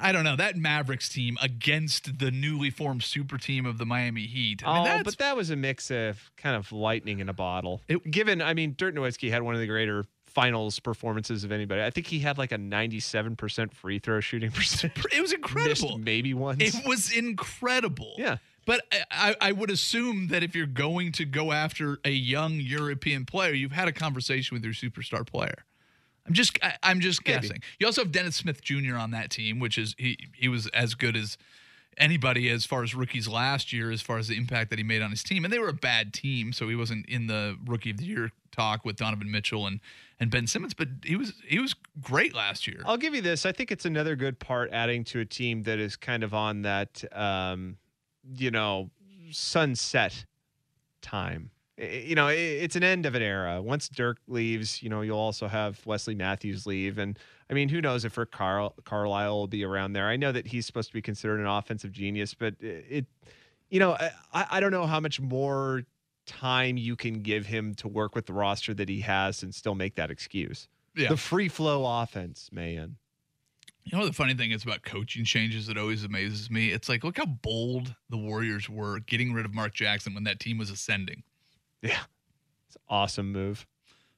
Speaker 1: I don't know that Mavericks team against the newly formed super team of the Miami Heat. I mean,
Speaker 4: oh,
Speaker 1: that's
Speaker 4: but that was a mix of kind of lightning in a bottle.
Speaker 1: It-
Speaker 4: Given, I mean, Dirk Nowitzki had one of the greater finals performances of anybody. I think he had like a 97% free throw shooting percentage.
Speaker 1: it was incredible.
Speaker 4: Missed maybe once.
Speaker 1: It was incredible.
Speaker 4: Yeah.
Speaker 1: But I, I I would assume that if you're going to go after a young European player, you've had a conversation with your superstar player. I'm just I, I'm just
Speaker 4: Maybe.
Speaker 1: guessing. You also have Dennis Smith Jr. on that team, which is he he was as good as anybody as far as rookies last year, as far as the impact that he made on his team. And they were a bad team, so he wasn't in the rookie of the year talk with Donovan Mitchell and and Ben Simmons, but he was he was great last year.
Speaker 4: I'll give you this. I think it's another good part adding to a team that is kind of on that, um, you know, sunset time. I- You know, i- it's an end of an era. Once Dirk leaves, you know, you'll also have Wesley Matthews leave, and I mean, who knows if Rick Carl- Carlisle will be around there? I know that he's supposed to be considered an offensive genius, but i- it, you know, I, I I don't know how much more time you can give him to work with the roster that he has and still make that excuse.
Speaker 1: Yeah.
Speaker 4: The free flow offense, man.
Speaker 1: You know the funny thing is about coaching changes that always amazes me. It's like look how bold the Warriors were getting rid of Mark Jackson when that team was ascending.
Speaker 4: Yeah. It's an awesome move.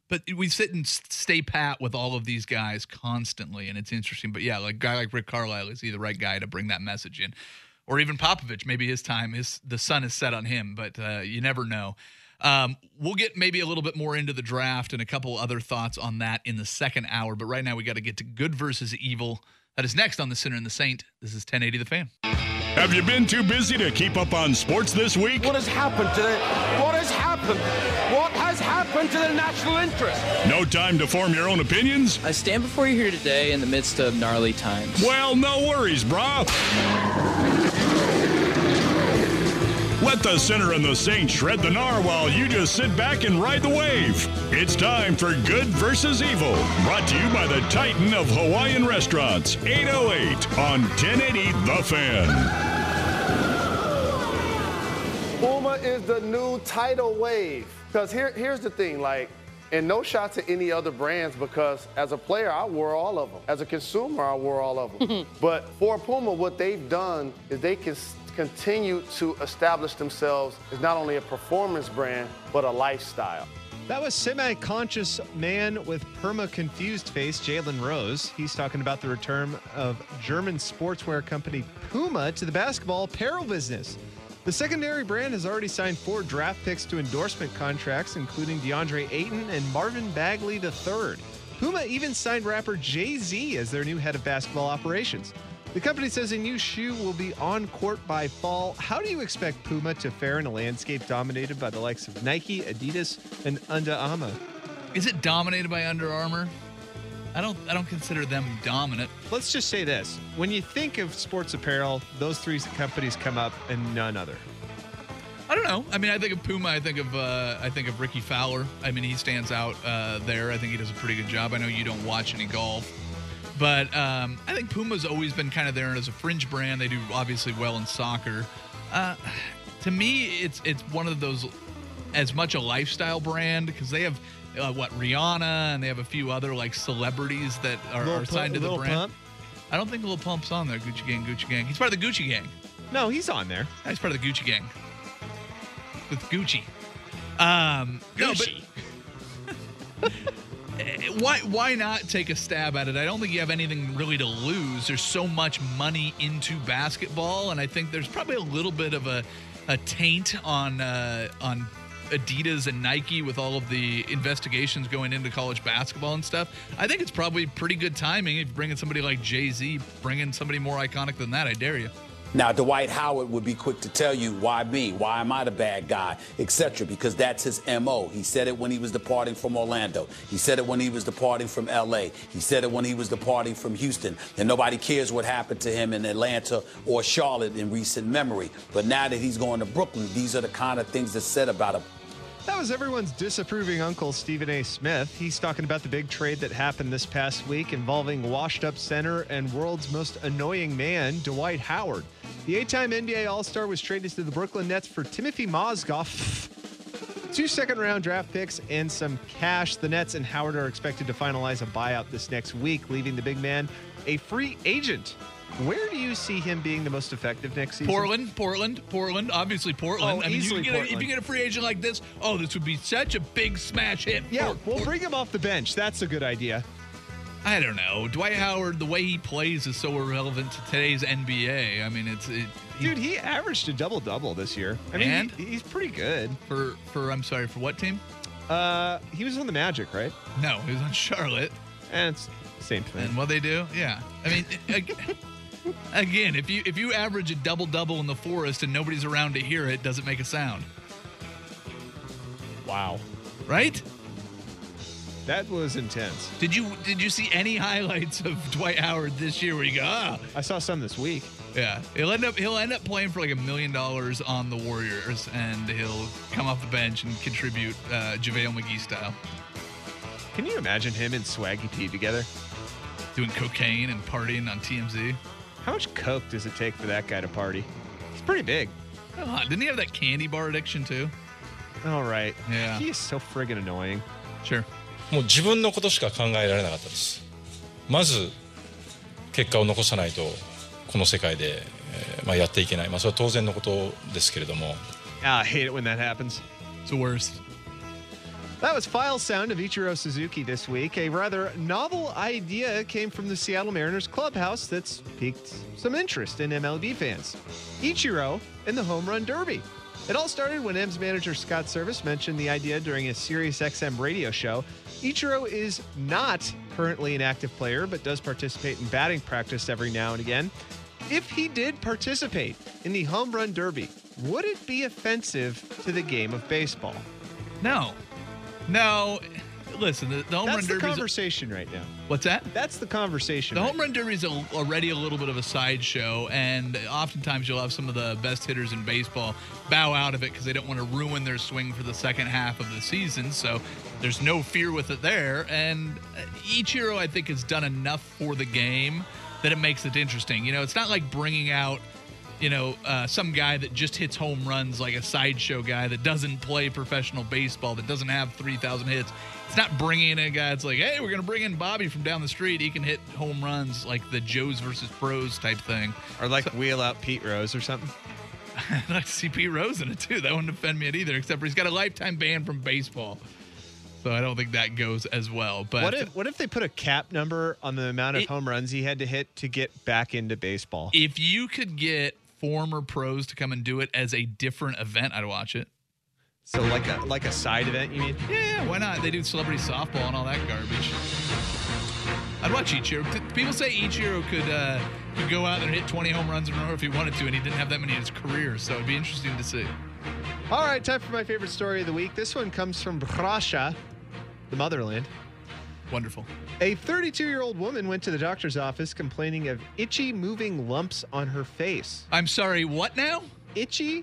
Speaker 1: But we sit and s- stay pat with all of these guys constantly, and it's interesting. But yeah, like a guy like Rick Carlisle is he the right guy to bring that message in, or even Popovich? Maybe his time is the sun is set on him, but uh, you never know. Um, we'll get maybe a little bit more into the draft and a couple other thoughts on that in the second hour. But right now we got to get to good versus evil. That is next on the Sinner and the Saint. This is 1080 The Fan.
Speaker 3: Have you been too busy to keep up on sports this week?
Speaker 5: What has happened to the what has happened? What has happened to the national interest?
Speaker 3: No time to form your own opinions?
Speaker 6: I stand before you here today in the midst of gnarly times.
Speaker 3: Well, no worries, brah. Let the sinner and the saint shred the gnar while you just sit back and ride the wave. It's time for Good versus Evil, brought to you by the Titan of Hawaiian Restaurants, 808 on 1080 The Fan.
Speaker 7: Boomer is the new tidal wave. Because here, here's the thing, like, and no shot to any other brands because as a player, I wore all of them. As a consumer, I wore all of them. but for Puma, what they've done is they can s- continue to establish themselves as not only a performance brand, but a lifestyle.
Speaker 4: That was semi-conscious man with perma-confused face, Jalen Rose. He's talking about the return of German sportswear company Puma to the basketball apparel business. The secondary brand has already signed four draft picks to endorsement contracts, including DeAndre Ayton and Marvin Bagley III. Puma even signed rapper Jay-Z as their new head of basketball operations. The company says a new shoe will be on court by fall. How do you expect Puma to fare in a landscape dominated by the likes of Nike, Adidas, and Under Armour?
Speaker 1: Is it dominated by Under Armour? I don't. I don't consider them dominant.
Speaker 4: Let's just say this. When you think of sports apparel, those three companies come up and none other.
Speaker 1: I don't know. I mean, I think of Puma. I think of uh, I think of Ricky Fowler. I mean, he stands out uh, there. I think he does a pretty good job. I know you don't watch any golf, but um, I think Puma's always been kind of there as a fringe brand. They do obviously well in soccer. Uh, to me, it's it's one of those as much a lifestyle brand because they have uh, what Rihanna and they have a few other like celebrities that are, are signed to the brand. I don't think Lil Pump's on there. Gucci Gang, Gucci Gang. He's part of the Gucci Gang.
Speaker 4: No, he's on there.
Speaker 1: Yeah, He's part of the Gucci gang. With Gucci. Um, Gucci. Eh, why why not take a stab at it? I don't think you have anything really to lose. There's so much money into basketball, and I think there's probably a little bit of a, a taint on uh, on Adidas and Nike with all of the investigations going into college basketball and stuff. I think it's probably pretty good timing if you bring in somebody like Jay Z, bring in somebody more iconic than that. I dare you.
Speaker 8: Now, Dwight Howard would be quick to tell you, why me? Why am I the bad guy? Etc. Because that's his MO. He said it when he was departing from Orlando. He said it when he was departing from LA. He said it when he was departing from Houston. And nobody cares what happened to him in Atlanta or Charlotte in recent memory. But now that he's going to Brooklyn, these are the kind of things that's said about him.
Speaker 4: That was everyone's disapproving uncle, Stephen A. Smith. He's talking about the big trade that happened this past week involving washed up center and world's most annoying man, Dwight Howard. The eight time NBA All Star was traded to the Brooklyn Nets for Timothy Mozgov, two second round draft picks, and some cash. The Nets and Howard are expected to finalize a buyout this next week, leaving the big man a free agent. Where do you see him being the most effective next season?
Speaker 1: Portland, Portland, Portland. Obviously, Portland.
Speaker 4: Oh,
Speaker 1: I mean, you
Speaker 4: easily
Speaker 1: can get a, if you
Speaker 4: Portland.
Speaker 1: get a free agent like this, oh, this would be such a big smash hit.
Speaker 4: Yeah,
Speaker 1: Port-
Speaker 4: we'll
Speaker 1: Port-
Speaker 4: bring him off the bench. That's a good idea.
Speaker 1: I don't know. Dwight Howard, the way he plays is so irrelevant to today's NBA. I mean, it's it, he-
Speaker 4: Dude, he averaged a double double this year. I mean,
Speaker 1: And?
Speaker 4: he- he's pretty good.
Speaker 1: for for I'm sorry for what team?
Speaker 4: Uh, he was on the Magic, right?
Speaker 1: No, he was on Charlotte.
Speaker 4: And it's same thing.
Speaker 1: And what they do? Yeah. I mean, ag- again, if you if you average a double double in the forest and nobody's around to hear it, does it make a sound?
Speaker 4: Wow,
Speaker 1: Right?
Speaker 4: that was intense.
Speaker 1: Did you did you see any highlights of Dwight Howard this year where you go, ah,
Speaker 4: I saw some this week.
Speaker 1: Yeah, he'll end up he'll end up playing for like a million dollars on the Warriors, and he'll come off the bench and contribute uh, JaVale McGee style,
Speaker 4: Can you imagine him and Swaggy P together?
Speaker 1: doing cocaine and partying on TMZ.
Speaker 4: How much coke does it take for that guy to party? He's pretty big.
Speaker 1: Come on, didn't he have that candy bar addiction too?
Speaker 4: All right.
Speaker 1: Yeah.
Speaker 4: He is so friggin' annoying.
Speaker 1: Sure.
Speaker 9: もう自分のことしか考えられなかったですまず結果を残さないとこの世界で、えーまあ、やっていけない、まあ、それは当然のことですけれども
Speaker 4: Ah, I hate it when that happens.
Speaker 1: It's the worst.
Speaker 4: That was File Sound of Ichiro Suzuki this week. A rather novel idea came from the Seattle Mariners clubhouse that's piqued some interest in MLB fans. Ichiro and the Home Run Derby. It all started when M's manager Scott Service mentioned the idea during a Sirius XM radio show. Ichiro is not currently an active player, but does participate in batting practice every now and again. If he did participate in the Home Run Derby, would it be offensive to the game of baseball?
Speaker 1: No. No. Listen, the, the home
Speaker 4: That's
Speaker 1: run derby.
Speaker 4: the conversation right now.
Speaker 1: what's that?
Speaker 4: That's the conversation.
Speaker 1: The home run derby is al- already a little bit of a sideshow, and oftentimes you'll have some of the best hitters in baseball bow out of it because they don't want to ruin their swing for the second half of the season. So there's no fear with it there. And uh, Ichiro, I think, has done enough for the game that it makes it interesting. You know, it's not like bringing out you know, uh, some guy that just hits home runs like a sideshow guy that doesn't play professional baseball, that doesn't have 3,000 hits. It's not bringing in a guy that's like, hey, we're going to bring in Bobby from down the street. He can hit home runs like the Joes versus Pros type thing.
Speaker 4: Or like wheel out Pete Rose or something.
Speaker 1: I'd like to see Pete Rose in it too. That wouldn't offend me at either, except for he's got a lifetime ban from baseball. So I don't think that goes as well. But
Speaker 4: What if what if they put a cap number on the amount of
Speaker 1: It-
Speaker 4: home runs he had to hit to get back into baseball?
Speaker 1: if you could get former pros to come and do it as a different event, I'd watch it.
Speaker 4: So like a like a side event, you mean?
Speaker 1: Yeah, why not? They do celebrity softball and all that garbage. I'd watch Ichiro. Th- People say Ichiro could uh, could go out there and hit 20 home runs in a row if he wanted to, and he didn't have that many in his career, so it'd be interesting to see.
Speaker 4: All right, time for my favorite story of the week. This one comes from Russia, the motherland.
Speaker 1: Wonderful.
Speaker 4: A 32 year old woman went to the doctor's office complaining of itchy moving lumps on her face.
Speaker 1: I'm sorry, what now?
Speaker 4: Itchy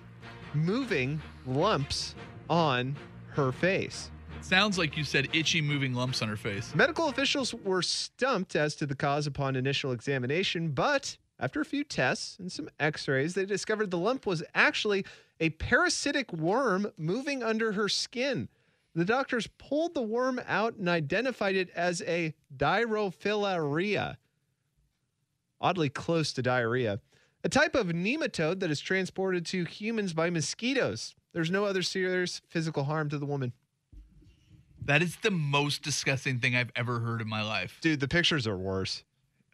Speaker 4: moving lumps on her face.
Speaker 1: Sounds like you said itchy moving lumps on her face.
Speaker 4: Medical officials were stumped as to the cause upon initial examination, but after a few tests and some x rays, they discovered the lump was actually a parasitic worm moving under her skin. The doctors pulled the worm out and identified it as a dirophilaria, oddly close to diarrhea, a type of nematode that is transported to humans by mosquitoes. There's no other serious physical harm to the woman.
Speaker 1: That is the most disgusting thing I've ever heard in my life.
Speaker 4: Dude, the pictures are worse.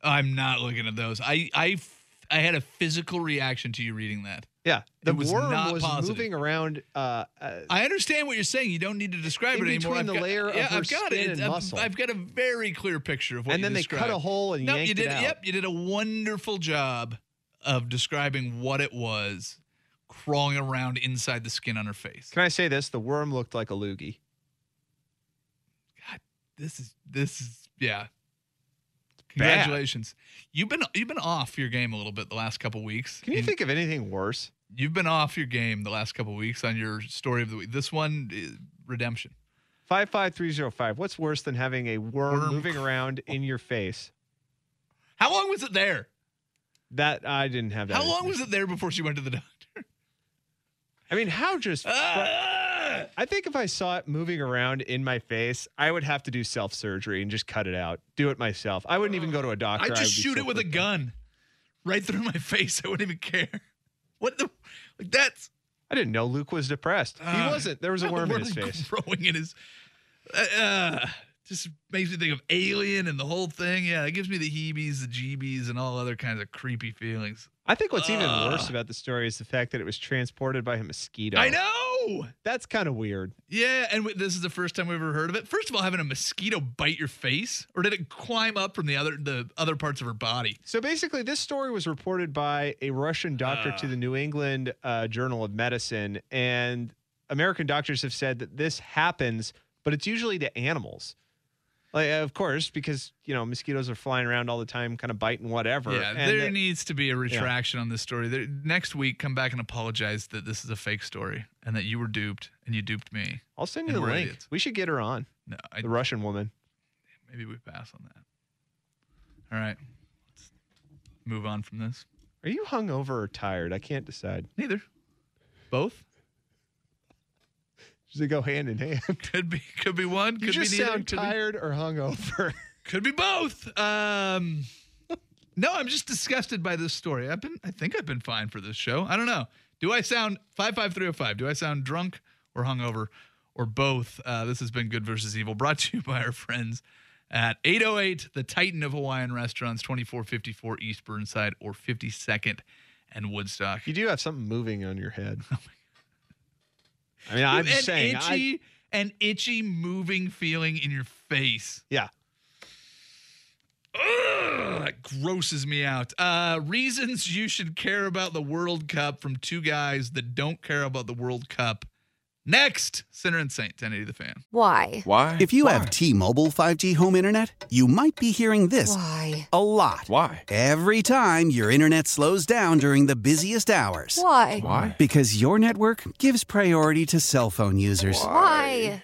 Speaker 1: I'm not looking at those. I I f- I had a physical reaction to you reading that.
Speaker 4: Yeah, the
Speaker 1: was
Speaker 4: worm
Speaker 1: not
Speaker 4: was
Speaker 1: positive.
Speaker 4: moving around. Uh, uh,
Speaker 1: I understand what you're saying. You don't need to describe
Speaker 4: In
Speaker 1: it anymore.
Speaker 4: between the layer of
Speaker 1: yeah,
Speaker 4: her
Speaker 1: I've got
Speaker 4: skin
Speaker 1: it.
Speaker 4: and
Speaker 1: I've,
Speaker 4: muscle.
Speaker 1: I've got a very clear picture of what.
Speaker 4: And
Speaker 1: you
Speaker 4: then they cut
Speaker 1: described.
Speaker 4: a hole and
Speaker 1: no, you
Speaker 4: yanked it
Speaker 1: did.
Speaker 4: out.
Speaker 1: Yep, you did a wonderful job of describing what it was crawling around inside the skin on her face.
Speaker 4: can I say this? The worm looked like a loogie.
Speaker 1: This is this is yeah.
Speaker 4: bad.
Speaker 1: Congratulations. You've been you've been off your game a little bit the last couple weeks.
Speaker 4: Can you
Speaker 1: and
Speaker 4: think of anything worse?
Speaker 1: you've been off your game the last couple weeks on your story of the week? This one, is redemption.
Speaker 4: Five five three zero five. What's worse than having a worm,
Speaker 1: Worm.
Speaker 4: moving around in your face?
Speaker 1: How long was it there?
Speaker 4: That I didn't have that.
Speaker 1: How long was
Speaker 4: information.
Speaker 1: it there before she went to the doctor?
Speaker 4: I mean, how just?
Speaker 1: Uh, Ah!
Speaker 4: I think if I saw it moving around in my face, I would have to do self surgery and just cut it out. Do it myself. I wouldn't even go to a doctor.
Speaker 1: I
Speaker 4: would
Speaker 1: just
Speaker 4: be
Speaker 1: shoot
Speaker 4: so
Speaker 1: it with a
Speaker 4: freaked
Speaker 1: gun
Speaker 4: out.
Speaker 1: right through my face. I wouldn't even care. What the? Like that's
Speaker 4: I didn't know Luke was depressed. he
Speaker 1: Ah.
Speaker 4: wasn't. There was a
Speaker 1: how the
Speaker 4: worm in his
Speaker 1: worm
Speaker 4: face.
Speaker 1: growing in his. Uh, uh, just makes me think of Alien and the whole thing. Yeah, it gives me the heebies, the jeebies, and all other kinds of creepy feelings.
Speaker 4: I think what's even
Speaker 1: Ugh.
Speaker 4: worse about the story is the fact that it was transported by a mosquito.
Speaker 1: I know.
Speaker 4: That's kind of weird.
Speaker 1: Yeah, and w- this is the first time we've ever heard of it. First of all, having a mosquito bite your face, or did it climb up from the other the other parts of her body?
Speaker 4: So basically, this story was reported by a Russian doctor to the New England uh, Journal of Medicine, and American doctors have said that this happens, but it's usually to animals. Like, of course, because you know mosquitoes are flying around all the time, kind of biting whatever.
Speaker 1: Yeah,
Speaker 4: and
Speaker 1: there
Speaker 4: that-
Speaker 1: needs to be a retraction on this story. There, next week, come back and apologize that this is a fake story and that you were duped and you duped me.
Speaker 4: I'll send
Speaker 1: and
Speaker 4: you the
Speaker 1: we're
Speaker 4: link.
Speaker 1: idiots.
Speaker 4: We should get her on
Speaker 1: No, I,
Speaker 4: the Russian woman.
Speaker 1: maybe we pass on that. All right, let's move on from this.
Speaker 4: Are you hungover or tired? I can't decide.
Speaker 1: Neither, both
Speaker 4: Does it go hand in hand?
Speaker 1: could be could be one. Could
Speaker 4: you just
Speaker 1: be neither.
Speaker 4: sound
Speaker 1: could be-
Speaker 4: tired or hungover.
Speaker 1: Could be both. Um, No, I'm just disgusted by this story. I've been, I think I've been fine for this show. I don't know. Do I sound five five three zero five? Do I sound drunk or hungover or both? Uh, this has been Good versus Evil, brought to you by our friends at 808, the Titan of Hawaiian Restaurants, 2454 East Burnside or 52nd and Woodstock.
Speaker 4: You do have something moving on your head. I mean, I'm
Speaker 1: an
Speaker 4: just saying. I,
Speaker 1: itchy, an itchy, moving feeling in your face.
Speaker 4: yeah.
Speaker 1: Ugh, that grosses me out. Uh, reasons you should care about the World Cup from two guys that don't care about the World Cup. Next, Sinner and Saint, 1080 the fan.
Speaker 10: Hmm, Why?
Speaker 11: Why?
Speaker 12: If you have T-Mobile 5G home internet, you might be hearing this
Speaker 10: Why?
Speaker 12: a lot.
Speaker 11: Why?
Speaker 12: Every time your internet slows down during the busiest hours.
Speaker 10: Why?
Speaker 11: Why?
Speaker 12: Because your network gives priority to cell phone users.
Speaker 10: Why?